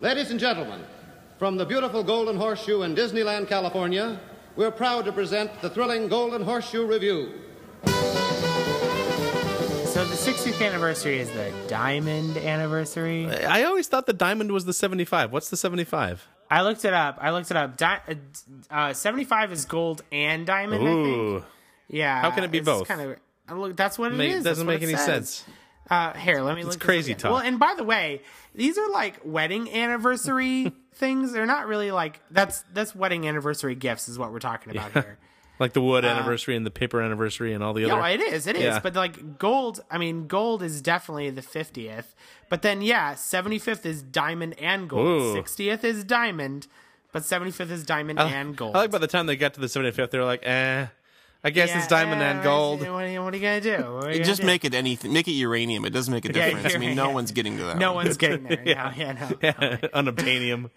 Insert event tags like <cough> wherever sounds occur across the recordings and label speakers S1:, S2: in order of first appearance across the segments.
S1: Ladies and gentlemen, from the beautiful Golden Horseshoe in Disneyland, California, we're proud to present the thrilling Golden Horseshoe Review.
S2: So the 60th anniversary is the diamond anniversary.
S3: I always thought the diamond was the 75. What's the 75?
S2: I looked it up. I looked it up. Di- uh, uh, 75 is gold and diamond, I think.
S3: Ooh.
S2: Yeah.
S3: How can it be
S2: it's
S3: both?
S2: Kind of, I look, that's what it
S3: Make-
S2: is. That's
S3: doesn't
S2: what
S3: make
S2: it
S3: any
S2: says.
S3: sense.
S2: Uh, here, let me. It's
S3: crazy talk.
S2: Well, and by the way, these are like wedding
S3: <laughs>
S2: anniversary things. They're not really like that's that's wedding anniversary gifts is what we're talking about here.
S3: Like the
S2: Uh,
S3: wood anniversary and the paper anniversary and all the
S2: No,
S3: other.
S2: it is, it is.
S3: Yeah.
S2: But like gold, I mean, gold is definitely the fiftieth. But then, yeah, seventy fifth is diamond and gold.
S3: Ooh.
S2: Sixtieth is diamond, but seventy fifth is diamond and gold.
S3: I like by the time they got to the 75th, they were like, eh, I guess it's
S2: Yeah,
S3: diamond
S2: uh,
S3: and gold. <laughs>
S2: What are you, what are you gonna do? What are you
S4: Just
S2: gonna do?
S4: make it anything. Make it uranium. It doesn't make
S2: <laughs>
S4: a
S2: Yeah,
S4: difference. I mean, no
S2: uranium.
S4: one's getting to that.
S2: No
S4: one.
S2: one's getting there. yeah. No, yeah, no.
S3: Unobtainium.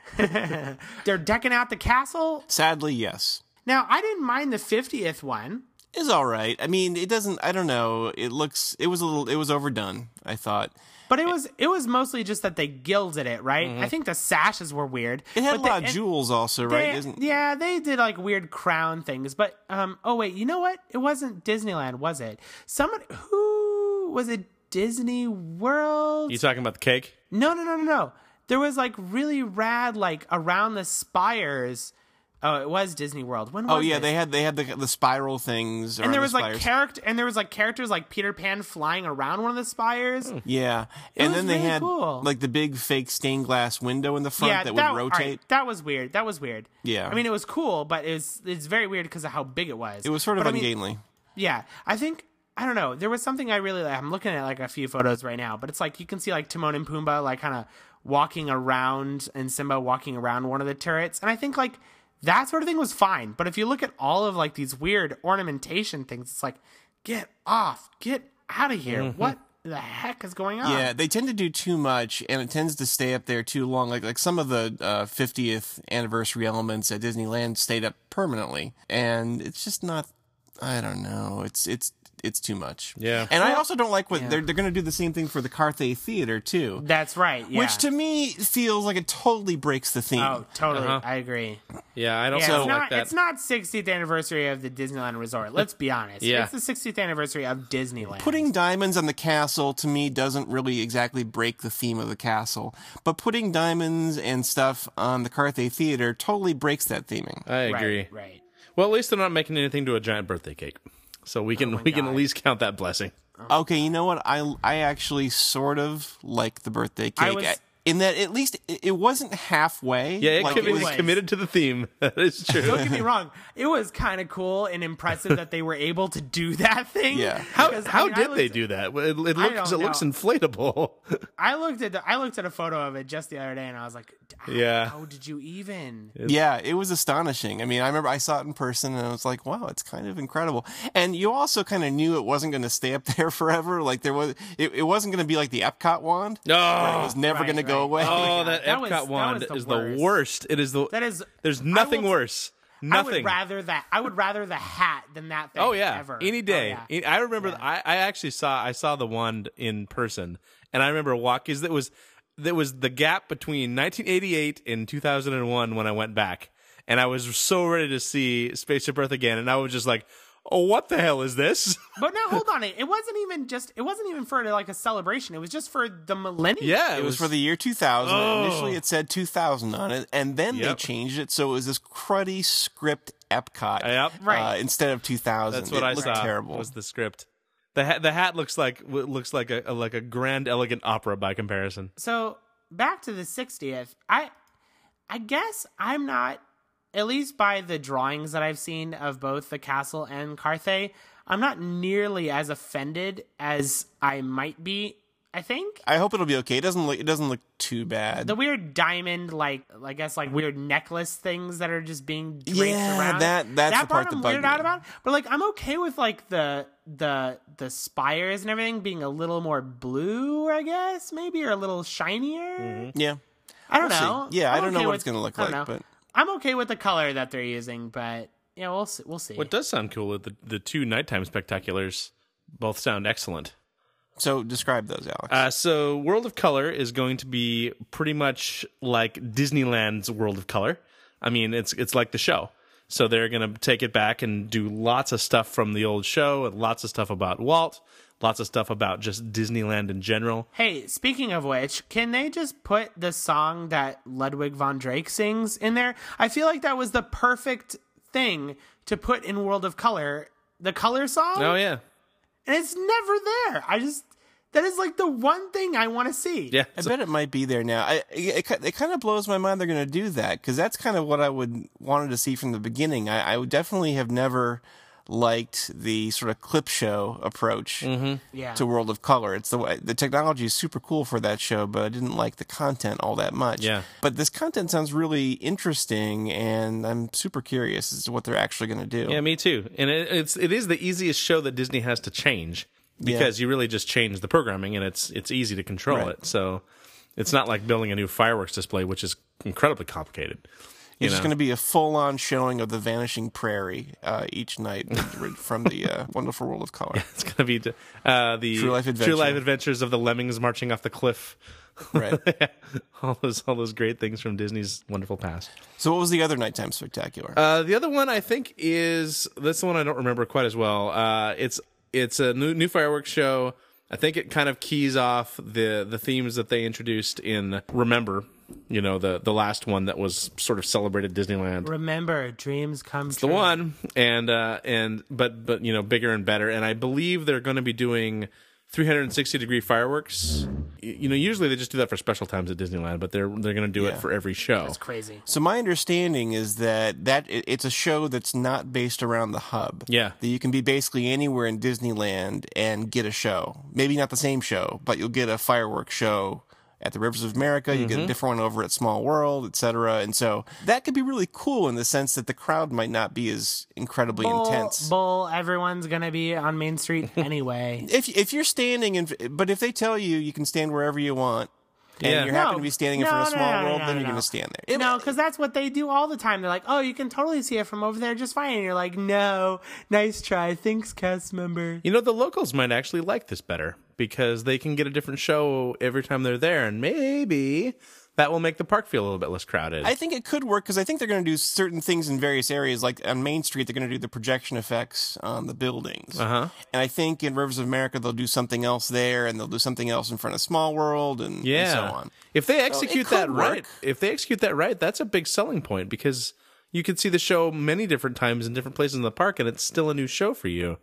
S2: They're decking out the castle.
S4: Sadly, yes.
S2: Now, I didn't mind the 50th one.
S4: is all right. I mean, it doesn't. I don't know. It looks. It was a little. It was overdone. I thought
S2: But it was it was mostly just that they gilded it, right? I think the sashes were weird.
S4: it had
S2: but
S4: a lot
S2: the-
S4: of
S2: and
S4: jewels, also,
S2: they-
S4: right? Isn't
S2: yeah, they did like weird crown things. But um, oh wait, you know what? It wasn't Disneyland, was it? Someone who was it? Disney World?
S3: You talking about the cake?
S2: No, no, no, no, no. There was like really rad, like around the spires. Oh, it was Disney World. When was
S4: Oh yeah,
S2: it?
S4: they had they had the the spiral things.
S2: and there was like character, and there was like characters like Peter Pan flying around one of the spires.
S4: Hmm. yeah, and
S2: was
S4: then they
S2: really
S4: had
S2: cool.
S4: like the big fake stained glass window in the front that would
S2: all
S4: rotate.
S2: right, that was weird. That was weird.
S4: Yeah.
S2: I mean, it was cool, but it was it's very weird because of how big it was.
S4: It was sort of
S2: but, I mean,
S4: ungainly.
S2: yeah, I think I don't know. There was something I really like. I'm looking at like a few photos right now, but it's like you can see like Timon and Pumbaa like kind of walking around and Simba walking around one of the turrets, and I think like that sort of thing was fine. But if you look at all of like these weird ornamentation things, it's like get off, get out of here. What the heck is going on?
S4: yeah, they tend to do too much, and it tends to stay up there too long. Like like some of the uh, 50th anniversary elements at Disneyland stayed up permanently, and it's just not. I don't know. It's it's it's too much.
S3: Yeah.
S4: and I also don't like what they're they're going to do the same thing for the Carthay Theater too,
S2: that's right. Yeah.
S4: which to me feels like it totally breaks the theme.
S2: Oh, totally. I agree.
S3: Yeah, I don't,
S2: Yeah, it's
S3: I don't
S2: not
S3: like that.
S2: it's not 60th anniversary of the Disneyland Resort. Let's be honest.
S3: Yeah.
S2: It's the 60th anniversary of Disneyland.
S4: Putting diamonds on the castle to me doesn't really exactly break the theme of the castle, but putting diamonds and stuff on the Carthay Theater totally breaks that theming.
S3: I agree.
S2: Right, right.
S3: Well, at least they're not making anything to a giant birthday cake. So we
S2: Oh
S3: can we can at least count that blessing.
S2: Um,
S4: Okay, you know what? I I actually sort of like the birthday
S2: I
S4: cake.
S2: was-
S4: in that at least it it wasn't halfway.
S3: Yeah, it
S4: like
S3: could
S4: it
S3: be
S4: was-
S2: was-
S3: committed to the theme. <laughs> That is
S2: <laughs>
S3: true.
S2: Don't get me wrong. It was kind of cool and impressive that they were able to do <laughs> that thing.
S4: Yeah.
S3: How,
S2: Because, I
S3: how
S2: mean, I
S3: did they
S2: looked-
S3: do that? Well, It, it, looks, it
S2: don't
S3: looks
S2: know.
S3: inflatable. <laughs>
S2: I looked at the, I looked at a photo of it just the other day and I was like, "How-
S3: Yeah.
S2: How did you even?
S4: Yeah, it was astonishing. I mean, I remember I saw it in person and I was like, wow, it's kind of incredible. And you also kind of knew it wasn't going to stay up <laughs> there forever. Like there was, it, it wasn't going to be like the Epcot wand.
S3: No.
S4: It was never
S2: Right,
S4: going to go
S2: right.
S3: <laughs>
S4: away.
S3: Oh, that
S2: that
S3: Epcot
S2: was- that
S3: wand
S2: was the
S3: is
S2: worst.
S3: the worst. It is the
S2: That is-
S3: There's
S2: I
S3: nothing
S2: will-
S3: worse.
S2: I would
S3: Nothing.
S2: rather that. I would rather the hat than that thing.
S3: oh yeah,
S2: ever.
S3: any
S2: Oh,
S3: day.
S2: yeah.
S3: I I remember. I, I actually saw. I saw the wand in person, and I remember walk is that was that was the gap between 1988 and 2001 when I went back, and I was so ready to see Spaceship Earth again, and I was just like, oh, what the hell
S2: <laughs>
S3: is this?
S2: But now hold on, it it wasn't even just it wasn't even for like a celebration. It was just for the millennium.
S3: yeah,
S4: <laughs> It was for the year 2000. Initially, it said 2000 on it, and then
S3: Oh. Yep.
S4: they changed it so it was this cruddy script Epcot
S3: Yep.
S2: Right.
S4: uh, instead of 2000.
S3: That's what
S4: it
S3: I
S4: looked
S3: saw.
S4: Terrible.
S3: Was the script. The hat, the hat looks like looks like a like a grand elegant opera by comparison.
S2: So back to the 60th. I I guess I'm not at least by the drawings that I've seen of both the castle and Carthay, I'm not nearly as offended as I might be, I think.
S4: I hope it'll be okay. It doesn't look. It doesn't look too bad.
S2: The weird diamond, like I guess, like weird necklace things that are just being draped
S4: Yeah,
S2: around.
S4: that- that's
S2: that
S4: the
S2: part,
S4: part that
S2: I'm
S4: bugged
S2: weirded
S4: me.
S2: out about. But like, I'm okay with like the the the spires and everything being a little more blue, I guess, maybe or a little shinier.
S4: yeah.
S2: I don't
S4: We'll see.
S2: know.
S4: Yeah, I
S2: I'm
S4: don't know
S2: okay
S4: what
S2: with-
S4: it's gonna look
S2: I don't
S4: like,
S2: know.
S4: but-
S2: I'm okay with the color that they're using, but yeah, we'll see. We'll see.
S3: What does sound cool? The the two nighttime spectaculars both sound excellent.
S4: So describe those, Alex.
S3: Uh, so World of Color is going to be pretty much like Disneyland's World of Color. I mean, it's it's like the show. So they're going to take it back and do lots of stuff from the old show, and lots of stuff about Walt, lots of stuff about just Disneyland in general.
S2: Hey, speaking of which, can they just put the song that Ludwig von Drake sings in there? I feel like that was the perfect thing to put in World of Color, the color song,
S3: Oh yeah,
S2: and it's never there. I just that is like the one thing I want to see.
S3: yeah.
S4: I bet it might be there now. I, it, it, it kind of blows my mind they're going to do that because that's kind of what I would wanted to see from the beginning. I, I would definitely have never liked the sort of clip show approach
S3: Mm-hmm.
S2: Yeah.
S4: to World of Color. It's the way the technology is super cool for that show, but I didn't like the content all that much.
S3: Yeah.
S4: But this content sounds really interesting, and I'm super curious as to what they're actually going to do.
S3: Yeah, me too. And it, it's it is the easiest show that Disney has to change because you really just change the programming and it's it's easy to control
S4: Right.
S3: it. So it's not like building a new fireworks display, which is incredibly complicated. You
S4: It's just
S3: know?
S4: going to be a full-on showing of the Vanishing Prairie uh,
S3: <laughs>
S4: each night from the uh, Wonderful World of Color.
S3: It's going to be uh, the
S4: True Life Adventure.
S3: Life Adventures of the Lemmings marching off the cliff. <laughs>
S4: Right.
S3: all those all those great things from Disney's wonderful past.
S4: So what was the other nighttime spectacular?
S3: Uh, the other one I think is that's the one I don't remember quite as well. Uh, it's it's a new new fireworks show. I think it kind of keys off the the themes that they introduced in Remember, you know the the last one that was sort of celebrated Disneyland.
S2: Remember, dreams come
S3: The
S2: true.
S3: one and uh and but but you know bigger and better and I believe they're going to be doing 360 degree fireworks. Y- You know usually they just do that for special times at Disneyland, but they're they're going to do
S4: Yeah.
S3: it for every show.
S2: It's crazy.
S4: so my understanding is that that it, it's a show that's not based around the hub.
S3: Yeah.
S4: that you can be basically anywhere in Disneyland and get a show. Maybe not the same show, but you'll get a fireworks show at the Rivers of America. You
S3: Mm-hmm.
S4: get a different one over at Small World, etc. And so that could be really cool in the sense that the crowd might not be as incredibly
S2: Bull,
S4: intense.
S2: bull, everyone's gonna be on Main
S3: <laughs>
S2: Street anyway.
S4: if if you're standing in, but if they tell you you can stand wherever you want. And
S3: Yeah.
S4: you happen
S2: No.
S4: to be standing in
S2: No,
S4: front of
S2: no,
S4: small
S2: no,
S4: world,
S2: no,
S4: then
S2: no,
S4: you're
S2: no.
S4: going to stand there. It-
S2: no, because that's what they do all the time. They're like, "Oh, you can totally see it from over there, just fine." And you're like, "No, nice try, thanks, cast member."
S3: You know, the locals might actually like this better because they can get a different show every time they're there, and maybe that will make the park feel a little bit less crowded.
S4: I think it could work because I think they're going to do certain things in various areas. Like on Main Street, they're going to do the projection effects on the buildings. Uh-huh. And I think in Rivers of America, they'll do something else there, and they'll do something else in front of Small World, and,
S3: yeah.
S4: and so on.
S3: If they execute
S4: could
S3: that right,
S4: work.
S3: if they execute that right, that's a big selling point because you could see the show many different times in different places in the park, and it's still a new show for you.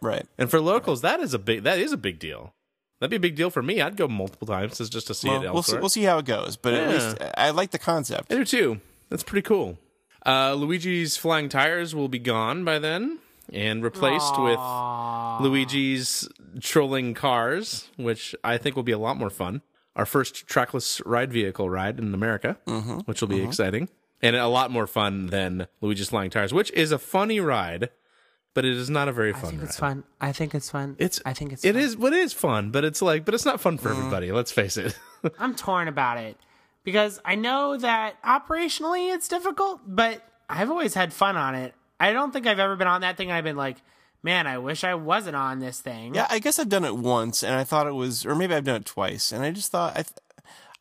S4: Right.
S3: And for locals, that is a big that is a big deal. That'd be a big deal for me. I'd go multiple times just just to see it
S4: Well,
S3: elsewhere.
S4: we'll see. We'll see how it goes, but at
S3: Yeah.
S4: least I like the concept.
S3: I do too. That's pretty cool. Uh, Luigi's flying tires will be gone by then and replaced with Luigi's trolling cars, which I think will be a lot more fun. Our first trackless ride vehicle ride in America, which will be exciting and a lot more fun than Luigi's flying tires, which is a funny ride, but it is not a very
S2: I
S3: fun
S2: think
S3: ride.
S2: it's fun. I think it's fun.
S3: It's
S2: I think it's.
S3: it
S2: fun.
S3: is what is fun, but it's like but it's not fun for everybody. Let's face it.
S2: I'm torn about it because I know that operationally it's difficult, but I've always had fun on it. I don't think I've ever been on that thing. and I've been like, man, I wish I wasn't on this thing.
S4: Yeah, I guess I've done it once, and I thought it was, or maybe I've done it twice, and I just thought I, th-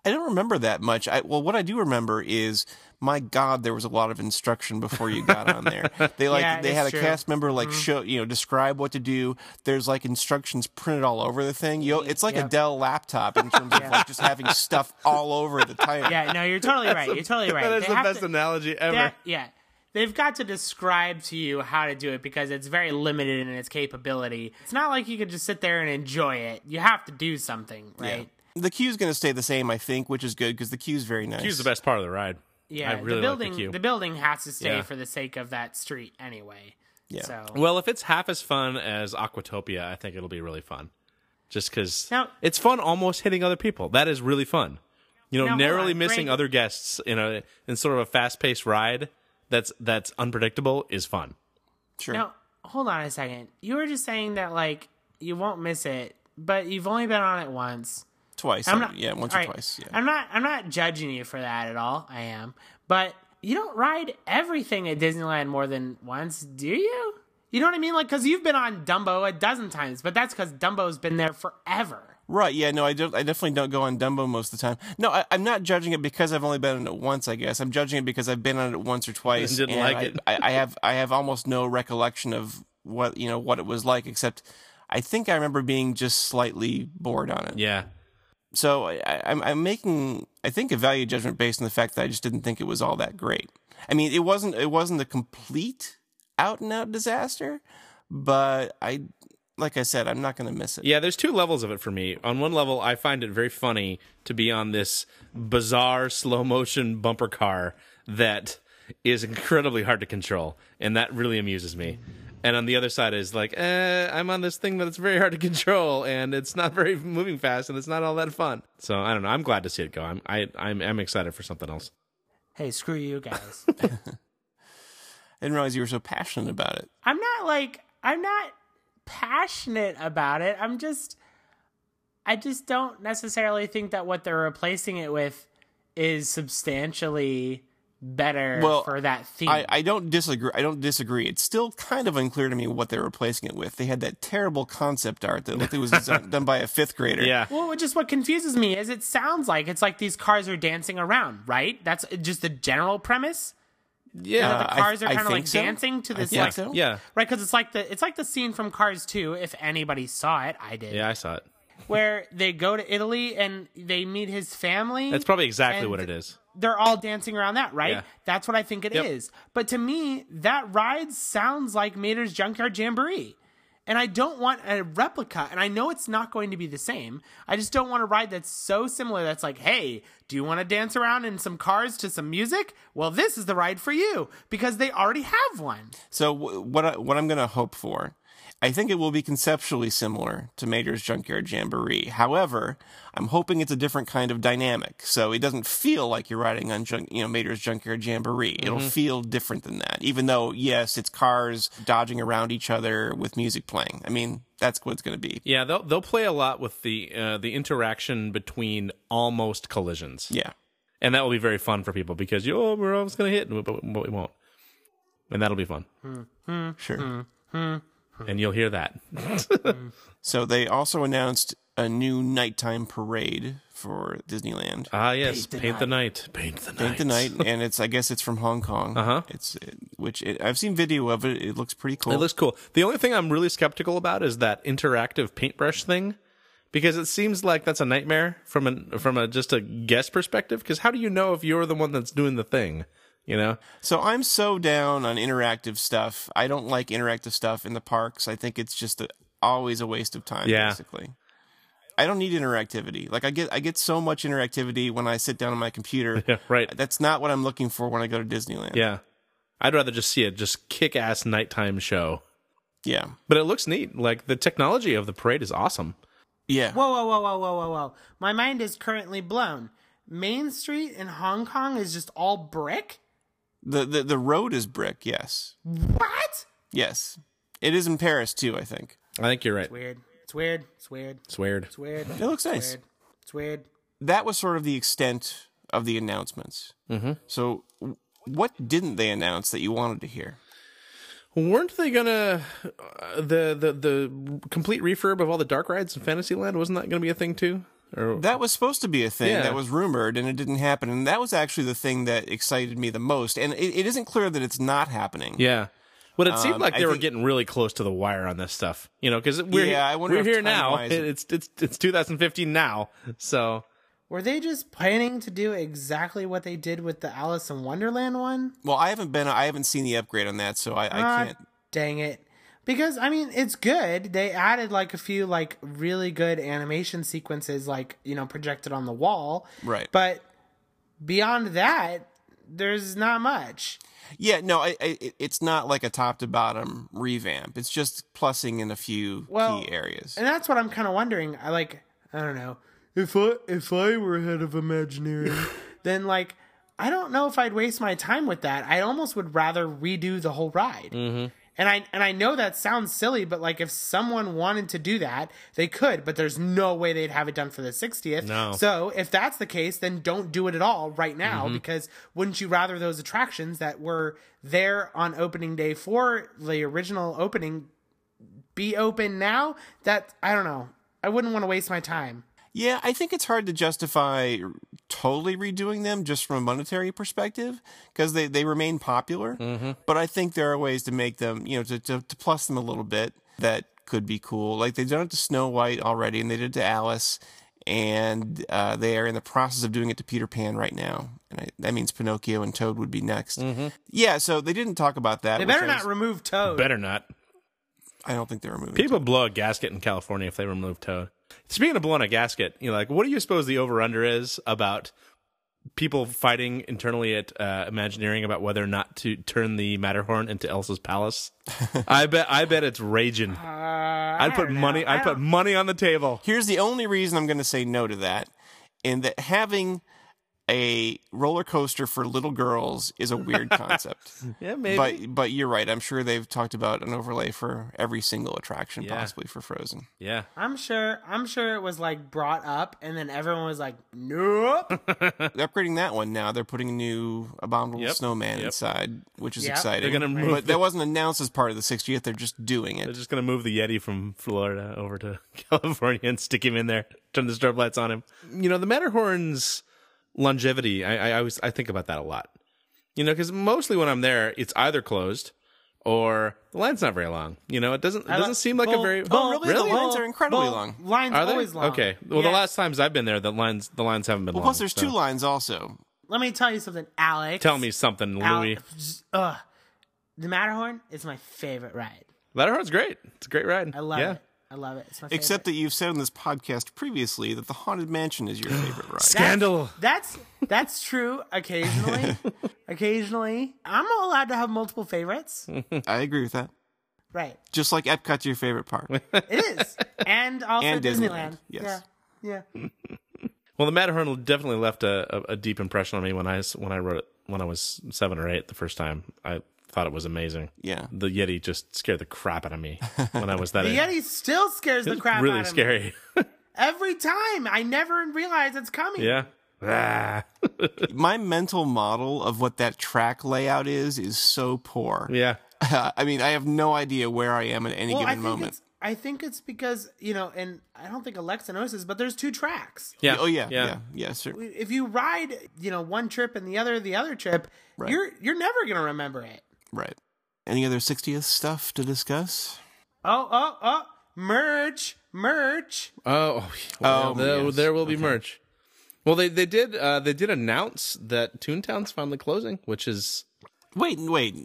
S4: I don't remember that much. I well, what I do remember is, my God, there was a lot of instruction before you got
S2: <laughs>
S4: on there. They like
S2: Yeah,
S4: they
S2: it's
S4: had a
S2: true. Mm-hmm.
S4: cast member like show you know describe what to do. There's like instructions printed all over the thing. You it's like a
S2: Yep.
S4: Dell laptop in terms
S2: <laughs>
S4: of like just having stuff all over the tire.
S2: Yeah, no, you're
S3: <laughs>
S2: totally right. You're totally right.
S3: that is
S2: They
S3: the
S2: have
S3: best
S2: to-
S3: analogy ever.
S2: that- yeah. They've got to describe to you how to do it because it's very limited in its capability. It's not like you could just sit there and enjoy it. You have to do something, right?
S4: The queue's going to stay the same, I think, which is good because the queue's very nice.
S3: He's the best part of the ride.
S2: Yeah,
S3: I really
S2: the building
S3: like the queue.
S2: building has to stay
S3: Yeah.
S2: for the sake of that street anyway.
S4: Yeah.
S2: So
S3: Well, if it's half as fun as Aquatopia, I think it'll be really fun. Just because
S2: Now-
S3: it's fun almost hitting other people. That is really fun. You know,
S2: Now, hold
S3: narrowly
S2: on,
S3: missing
S2: Brandon.
S3: other guests in a in sort of a fast paced ride that's that's unpredictable is fun.
S4: sure.
S2: Now, hold on a second. You were just saying that like you won't miss it, but you've only been on it once.
S4: Twice. uh,
S2: I'm not.
S4: yeah, once or
S2: all right.
S4: twice. Yeah.
S2: I'm not. I'm not judging you for that at all. I am, but you don't ride everything at Disneyland more than once, do you? You know what I mean? Like, because you've been on Dumbo a dozen times, but that's because Dumbo's been there forever.
S4: Right. Yeah. No, I don't. I definitely don't go on Dumbo most of the time. No, I, I'm not judging it because I've only been on it once. I guess I'm judging it because I've been on it once
S3: <laughs>
S4: or twice.
S3: didn't
S4: and
S3: like
S4: I,
S3: it.
S4: I,
S3: <laughs>
S4: I have. I have almost no recollection of what you know what it was like, except I think I remember being just slightly bored on it.
S3: Yeah.
S4: So I, I- I'm, I'm making, I think, a value judgment based on the fact that I just didn't think it was all that great. I mean, it wasn't, it wasn't a complete out and out disaster, but I, like I said, I'm not going to miss it.
S3: Yeah, there's two levels of it for me. On one level, I find it very funny to be on this bizarre slow motion bumper car that is incredibly hard to control, and that really amuses me. And on the other side is like, eh, I'm on this thing that's very hard to control, and it's not very <laughs> moving fast, and it's not all that fun. So I don't know. I'm glad to see it go. I'm I, I'm, I'm excited for something else.
S2: Hey, screw you
S4: <laughs>
S2: guys.
S4: I didn't realize you were so passionate about it.
S2: I'm not like I'm not passionate about it. I'm just I just don't necessarily think that what they're replacing it with is substantially better
S4: Well,
S2: for that theme.
S4: I, I don't disagree. I don't disagree. It's still kind of unclear to me what they're replacing it with. They had that terrible concept art that looked like
S3: <laughs>
S4: it was done done by a fifth grader.
S3: Yeah.
S2: well, just what confuses me is it sounds like it's like these cars are dancing around, right? That's just the general premise.
S3: Yeah.
S2: The
S4: I-
S2: cars
S4: Uh, I
S2: are kind of
S4: think
S2: like
S4: so.
S2: dancing to
S4: I
S2: this
S4: think
S2: like
S4: so.
S3: yeah.
S2: right because it's like the it's like the scene from Cars 2 if anybody saw it, I did.
S3: Yeah, I saw it.
S2: Where they go to Italy and they meet his family.
S3: That's probably exactly
S2: And-
S3: what it is.
S2: they're all dancing around that, right?
S3: Yeah.
S2: That's what I think it is.
S3: Yep.
S2: But to me, that ride sounds like Mater's Junkyard Jamboree. And I don't want a replica, and I know it's not going to be the same. I just don't want a ride that's so similar that's like, hey, do you want to dance around in some cars to some music? Well, this is the ride for you because they already have one.
S4: So wh- what I, what I'm going to hope for, I think it will be conceptually similar to Mater's Junkyard Jamboree. However, I'm hoping it's a different kind of dynamic, so it doesn't feel like you're riding on junk, you know Mater's Junkyard Jamboree. It'll feel different than that, even though yes, it's cars dodging around each other with music playing. I mean, that's what it's going to be.
S3: Yeah, they'll they'll play a lot with the uh, the interaction between almost collisions.
S4: Yeah.
S3: and that will be very fun for people because you oh we're almost gonna hit and we- but but we won't and that'll be fun
S4: Sure.
S3: and you'll hear <laughs> that
S4: So they also announced a new nighttime parade for Disneyland.
S3: ah yes paint, the, night. paint the night
S4: Paint the night, and it's I guess it's from Hong Kong. Uh huh. It's it, which it, I've seen video of it. It looks pretty cool.
S3: Uh-huh. it looks cool the only thing i'm really skeptical about is that interactive paintbrush thing because it seems like that's a nightmare from an from a just a guest perspective because how do you know if you're the one that's doing the thing you know
S4: so I'm so down on interactive stuff. I don't like interactive stuff in the parks. I think it's just a, always a waste of time.
S3: Yeah.
S4: Basically, I don't need interactivity. Like I get I get so much interactivity when I sit down on my computer.
S3: <laughs> Yeah, right.
S4: That's not what I'm looking for when I go to Disneyland.
S3: yeah i'd rather just see a just kick-ass nighttime show
S4: Yeah.
S3: but it looks neat like the technology of the parade is awesome
S4: Yeah.
S2: Whoa, whoa, whoa, whoa, whoa, whoa, whoa. My mind is currently blown. Main Street in Hong Kong is just all brick?
S4: the, the the road is brick. Yes.
S2: What?
S4: Yes. It is in Paris too. I think
S3: i think you're right
S2: Weird. It's weird. It's weird.
S3: it's weird
S2: It's weird.
S4: it looks nice.
S2: weird. It's weird.
S4: that was sort of the extent of the announcements. Mm-hmm. So, w- what didn't they announce that you wanted to hear?
S3: Weren't they gonna uh, the the the complete refurb of all the dark rides in Fantasyland? Wasn't that gonna be a thing too? Or
S4: That was supposed to be a thing
S3: Yeah.
S4: that was rumored, and it didn't happen. And that was actually the thing that excited me the most. And it, it isn't clear that it's not happening.
S3: yeah, but it seemed
S4: Um,
S3: like
S4: I
S3: they were
S4: think-
S3: getting really close to the wire on this stuff. You know, because we're
S4: Yeah, I wonder
S3: we're
S4: if
S3: here now.
S4: time-wise-
S3: It- It's it's it's 2015 now. So
S2: Were they just planning to do exactly what they did with the Alice in Wonderland one?
S4: Well, I haven't been. I haven't seen the upgrade on that, so I, I
S2: Ah,
S4: can't.
S2: Dang it. Because I mean, it's good. They added like a few like really good animation sequences like, you know, projected on the wall.
S4: Right.
S2: But beyond that, there's not much.
S4: Yeah, no, I, I, it- it's not like a top to bottom revamp. It's just plussing in a few
S2: Well,
S4: key areas.
S2: And that's what I'm kind of wondering. I like, I don't know. If I if I were head of
S4: <laughs>
S2: Imagineering, then like,
S4: Mm-hmm.
S2: I don't know if I'd waste my time with that. I almost would rather redo the whole ride. And I and I know that sounds silly, but like if someone wanted to do that, they could, but there's no way they'd have it done for the 60th.
S3: No.
S2: So if that's the case, then don't do it at all right now
S4: Mm-hmm.
S2: because wouldn't you rather those attractions that were there on opening day for the original opening be open now? That I don't know. I wouldn't want to waste my time.
S4: Yeah, I think it's hard to justify totally redoing them just from a monetary perspective because they, they remain popular.
S2: Mm-hmm.
S4: But I think there are ways to make them, you know, to, to, to plus them a little bit that could be cool. Like they've done it to Snow White already and they did it to Alice. And uh, they are in the process of doing it to Peter Pan right now. And I, that means Pinocchio and Toad would be next. Yeah, so they didn't talk about that.
S2: Mm-hmm. They
S4: which
S2: better
S4: I
S2: not
S4: was-
S2: remove Toad.
S3: Better not.
S4: I don't think they were moving.
S3: People blow a gasket in California if they remove Toad. Speaking of blowing a gasket, you know, like what do you suppose the over under is about people fighting internally at uh, Imagineering about whether or not to turn the Matterhorn into Elsa's <laughs> palace? I bet I bet it's raging. I'd put
S2: don't know.
S3: money
S2: Uh, I
S3: I'd put money on the table.
S4: Here's the only reason I'm going to say no to that, in that having a roller coaster for little girls is
S3: <laughs>
S4: a weird concept.
S3: Yeah, maybe.
S4: but but you're right. I'm sure they've talked about an overlay for every single attraction possibly for
S3: <laughs>
S4: Frozen.
S3: yeah.
S2: I'm sure I'm sure it was like brought up and then everyone was like,
S3: <laughs>
S2: Nope.
S4: They're upgrading that one now. They're putting a new abominable
S3: Yep.
S4: snowman
S3: Yep.
S4: inside, which is
S2: Yep.
S4: exciting.
S3: They're gonna move
S4: but
S3: the-
S4: that wasn't announced as part of the 60th. They're just doing
S3: They're
S4: it.
S3: just gonna move the Yeti from Florida over to <laughs> California and stick him in there. Turn the strobe lights on him. You know the Matterhorn's longevity. I, I always I think about that a lot. You know, because mostly when I'm there, it's either closed or the line's not very long. You know, it doesn't it doesn't seem like a
S2: Bull-
S3: very
S2: bull-
S4: Oh, really? The lines are incredibly
S2: bull-
S4: long.
S2: Lines
S3: Are they?
S2: always long.
S3: Okay. Well,
S2: Yeah.
S3: the last times I've been there, the lines the lines haven't been
S4: Well,
S3: long.
S4: plus there's
S3: so-
S4: two lines also.
S2: Let me tell you something, Alex.
S3: Tell me something, Louis.
S2: Alex, ugh. The Matterhorn is my favorite ride.
S3: Matterhorn's great. It's a great ride.
S2: I love
S3: yeah.
S2: it. I love it. It's my
S4: Except
S2: favorite.
S4: that you've said on this podcast previously that the Haunted Mansion is your favorite
S3: <gasps>
S4: ride.
S3: Scandal.
S2: That's that's true
S3: <laughs>
S2: occasionally. occasionally. I'm allowed to have multiple favorites.
S3: Mm.
S4: I agree with that.
S2: Right.
S4: Just like Epcot's your favorite park. <laughs>
S2: It is. And also
S4: And
S2: Disneyland.
S4: Disneyland, yes.
S2: Yeah. Yeah.
S3: Well, the Matterhorn definitely left a, a, a deep impression on me when I s- when I wrote it when I was seven or eight the first time. I thought it was amazing.
S4: Yeah.
S3: the Yeti just scared the crap out of me when I <laughs> was that.
S2: The
S3: age.
S2: Yeti still scares the
S3: It's
S2: crap
S3: really
S2: out of me.
S3: scary.
S2: Every time. I never realize it's coming.
S3: <laughs> yeah. Ah. <laughs>
S4: my mental model of what that track layout is is so poor.
S3: yeah.
S4: <laughs> I mean, I have no idea where I am at any
S2: Well, I
S4: given
S2: think
S4: moment.
S2: it's I think it's because, you know, and I don't think Alexa knows this, but there's two tracks.
S3: Yeah.
S4: Oh yeah, yeah,
S3: Yeah.
S4: yeah, sure.
S2: If you ride, you know, one trip and the other the other trip, you're you're never gonna remember it.
S4: Right. Any other 60th stuff to discuss?
S2: Oh, oh, oh, merch, merch.
S3: Oh. well,
S4: Oh,
S3: there,
S4: yes.
S3: there will be merch. Well, they they did uh, they did announce that Toontown's finally closing, which is
S4: Wait, wait.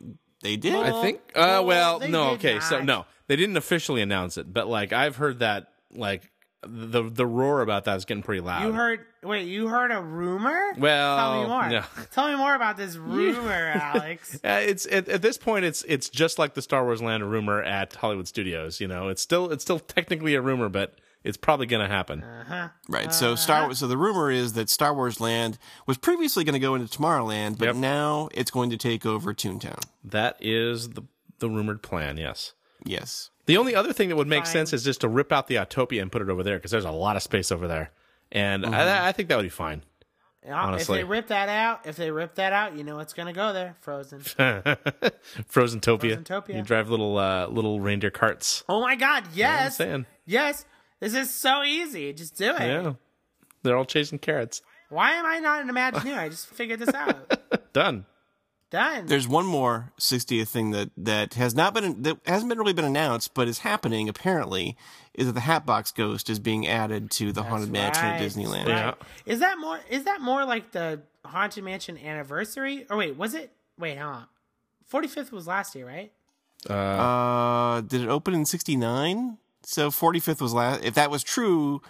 S4: They did.
S3: I think.
S2: well,
S3: Uh, well,
S2: they
S3: no,
S2: did
S3: okay, so
S2: not.
S3: no, they didn't officially announce it, but like I've heard that like the the roar about that is getting pretty loud.
S2: You heard? Wait, you heard a rumor?
S3: Well,
S2: tell me more.
S3: no.
S2: Tell me more about this rumor, Alex.
S3: Uh, it's at, at this point it's it's just like the Star Wars Land rumor at Hollywood Studios. You know, it's still it's still technically a rumor, but it's probably gonna happen.
S2: Uh.
S4: Right. So Star
S2: Uh-huh.
S4: Wars. So the rumor is that Star Wars Land was previously going to go into Tomorrowland, but
S3: Yep.
S4: now it's going to take over Toontown.
S3: That is the the rumored plan. Yes.
S4: Yes.
S3: The only other thing that would make
S2: Fine.
S3: sense is just to rip out the Autopia and put it over there because there's a lot of space over there, and
S2: Mm-hmm.
S3: I, I think that would be fine.
S2: If
S3: honestly.
S2: they rip that out, if they rip that out, you know it's gonna go there,
S3: <laughs>
S2: frozen.
S3: Frozen Topia.
S2: Frozentopia.
S3: You drive little uh, little reindeer carts.
S2: oh my God!
S3: I'm
S2: Yes,
S3: saying,
S2: yes. This is so easy. Just do it.
S3: yeah, they're all chasing carrots.
S2: Why am I not an Imagineer? I just figured this
S3: <laughs>
S2: out.
S3: Done.
S2: Done.
S4: There's one more 60th thing that that has not been that hasn't been really been announced, but is happening apparently, is that the Hatbox Ghost is being added to the Haunted Mansion
S2: Right,
S4: at Disneyland.
S2: right.
S3: Yeah.
S2: Is that more? Is that more like the Haunted Mansion anniversary? Or wait, was it? Wait, hold on. Forty fifth was last year, right?
S4: Uh, did it open in '69? So 45th was last. If that was true,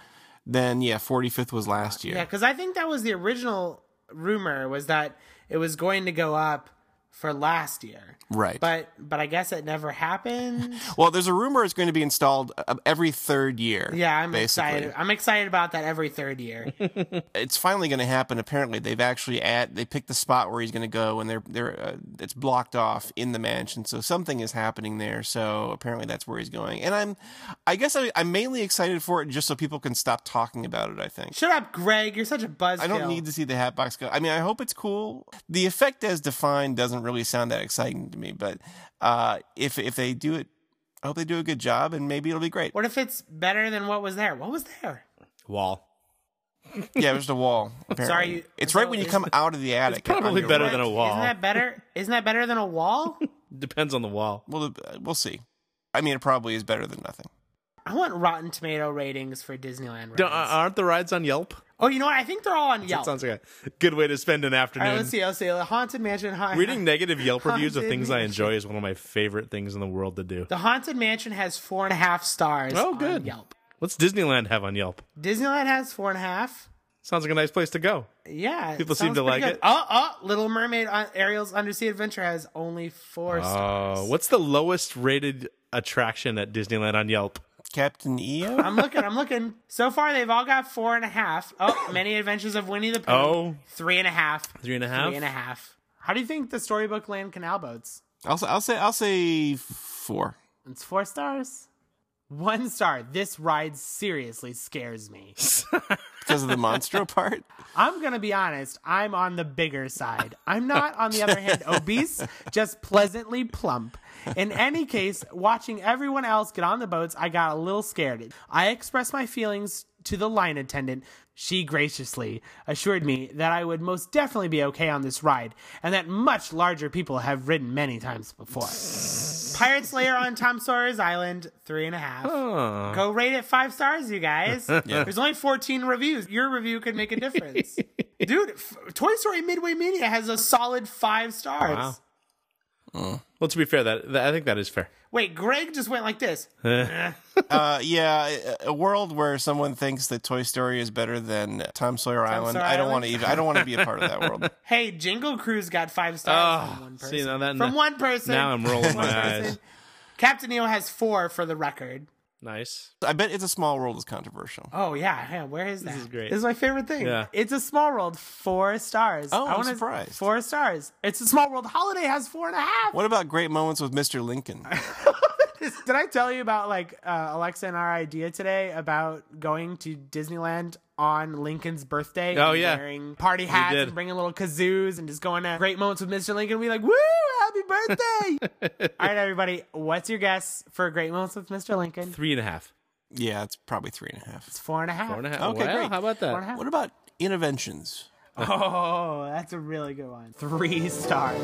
S4: then yeah, 45th was last year.
S2: Yeah, because I think that was the original rumor was that it was going to go up for last year.
S4: Right.
S2: But but I guess it never happened.
S4: Well, there's a rumor it's going to be installed uh, every third year.
S2: Yeah, I'm
S4: basically.
S2: excited. I'm excited about that every third
S4: <laughs>
S2: year.
S4: It's finally going to happen. Apparently, they've actually at they picked the spot where he's going to go, and they're they're uh, it's blocked off in the mansion. So something is happening there. So apparently, that's where he's going. And I'm, I guess I, I'm mainly excited for it just so people can stop talking about it. I think.
S2: Shut up, Greg. You're such a buzzkill.
S4: I don't need to see the Hatbox go. I mean, I hope it's cool. The effect as defined doesn't really sound that exciting to me, but uh, if if they do it, I hope they do a good job, and maybe it'll
S2: <laughs>
S4: be great.
S2: What if it's better than what was there? What was there?
S3: Wall.
S4: Yeah, there's the wall. Apparently.
S2: Sorry,
S4: it's
S2: so
S4: right when you
S2: is-
S4: come out of the attic. on
S3: probably
S4: your
S3: better
S4: right.
S3: than a wall.
S2: Isn't that
S3: <laughs>
S2: better? Isn't that better than a wall?
S3: Depends on the wall.
S4: Well, uh, we'll see. I mean, it probably is better than nothing.
S2: I want Rotten Tomato ratings for Disneyland. Rides.
S3: Don't- uh, aren't the rides on Yelp?
S2: oh, you know what? I think they're all on Yelp.
S3: That sounds like a good way to spend an
S2: all
S3: afternoon.
S2: right, let's see. Let's see. Haunted Mansion. Ha-
S3: Reading negative Yelp reviews of
S2: Haunted
S3: things I
S2: Mansion.
S3: enjoy is one of my favorite things in the world to do.
S2: The Haunted Mansion has four and a half stars.
S3: Oh,
S2: on
S3: good.
S2: Yelp.
S3: What's Disneyland have on Yelp?
S2: Disneyland has four and a half.
S3: Sounds like a nice place to go.
S2: Yeah, it
S3: People seem
S2: sounds
S3: to
S2: pretty
S3: like
S2: good.
S3: it.
S2: Oh, oh, Little Mermaid on Ariel's Undersea Adventure has only four stars.
S3: Uh, what's the lowest rated attraction at Disneyland on Yelp?
S4: Captain EO?
S2: I'm looking. I'm looking. So far, they've all got four and a half. Oh, Many Adventures of Winnie the Pooh.
S3: Oh.
S2: three and a half.
S3: Three and a half?
S2: Three and a half. How do you think the Storybook Land canal boats?
S4: <laughs> I'll, s- I'll say I'll say four.
S2: It's four stars. One star. This ride seriously scares me.
S4: Because of the <laughs> monstro part.
S2: I'm gonna be honest. I'm on the bigger side. I'm not, on the other hand, obese. Just pleasantly plump. In any case, watching everyone else get on the boats, I got a little scared. I expressed my feelings to the line attendant. She graciously assured me that I would most definitely be okay on this ride, and that much larger people have ridden many times before. Pirate Slayer on Tom Sawyer's Island, three and a half. Go rate it five stars, you
S3: <laughs>
S2: guys. There's only 14 reviews. Your review could make a
S3: <laughs>
S2: difference. Dude, F- Toy Story Midway Mania has a solid five stars.
S3: Wow. Well, to be fair, that, that I think that is fair.
S2: Wait, Greg just went like
S3: <laughs>
S2: this.
S4: Uh, yeah, a a world where someone thinks that Toy Story is better than Tom Sawyer Island.
S2: Sawyer
S4: I don't
S2: Island?
S4: want to even. I don't want to be a part of that <laughs> world.
S2: Hey, Jingle Cruise got five stars from one person.
S3: see, now that-
S2: from one person.
S3: Now
S2: <laughs>
S3: I'm rolling
S2: One
S3: my
S2: person.
S3: eyes.
S2: Captain Neo has four for the record.
S3: Nice. <laughs>
S4: I bet it's a small world is controversial.
S2: Oh yeah, yeah. Where is that? This
S3: is great.
S2: This is my favorite thing.
S3: Yeah.
S2: It's a small world, four stars.
S4: Oh, I'm
S2: wanna-
S4: surprised.
S2: Four stars. It's a small world. Holiday has four and a half.
S4: What about great moments with Mr. <laughs> Lincoln?
S2: Did I tell you about like uh, Alexa and our idea today about going to Disneyland on Lincoln's birthday?
S3: Oh,
S2: and
S3: yeah.
S2: wearing party hats
S3: did.
S2: and bringing little kazoos and just going to great moments with Mr. Lincoln. We like woo, happy
S3: <laughs>
S2: birthday! All right, everybody, what's your guess for great moments with Mr. Lincoln?
S3: Three and a half.
S4: Yeah, it's probably three and a half.
S2: It's four and a half.
S3: Four and a half.
S4: Okay,
S3: Wow,
S4: great.
S3: How about that?
S2: Four and a half.
S4: What about interventions?
S2: <laughs> Oh, that's a really good one. Three stars.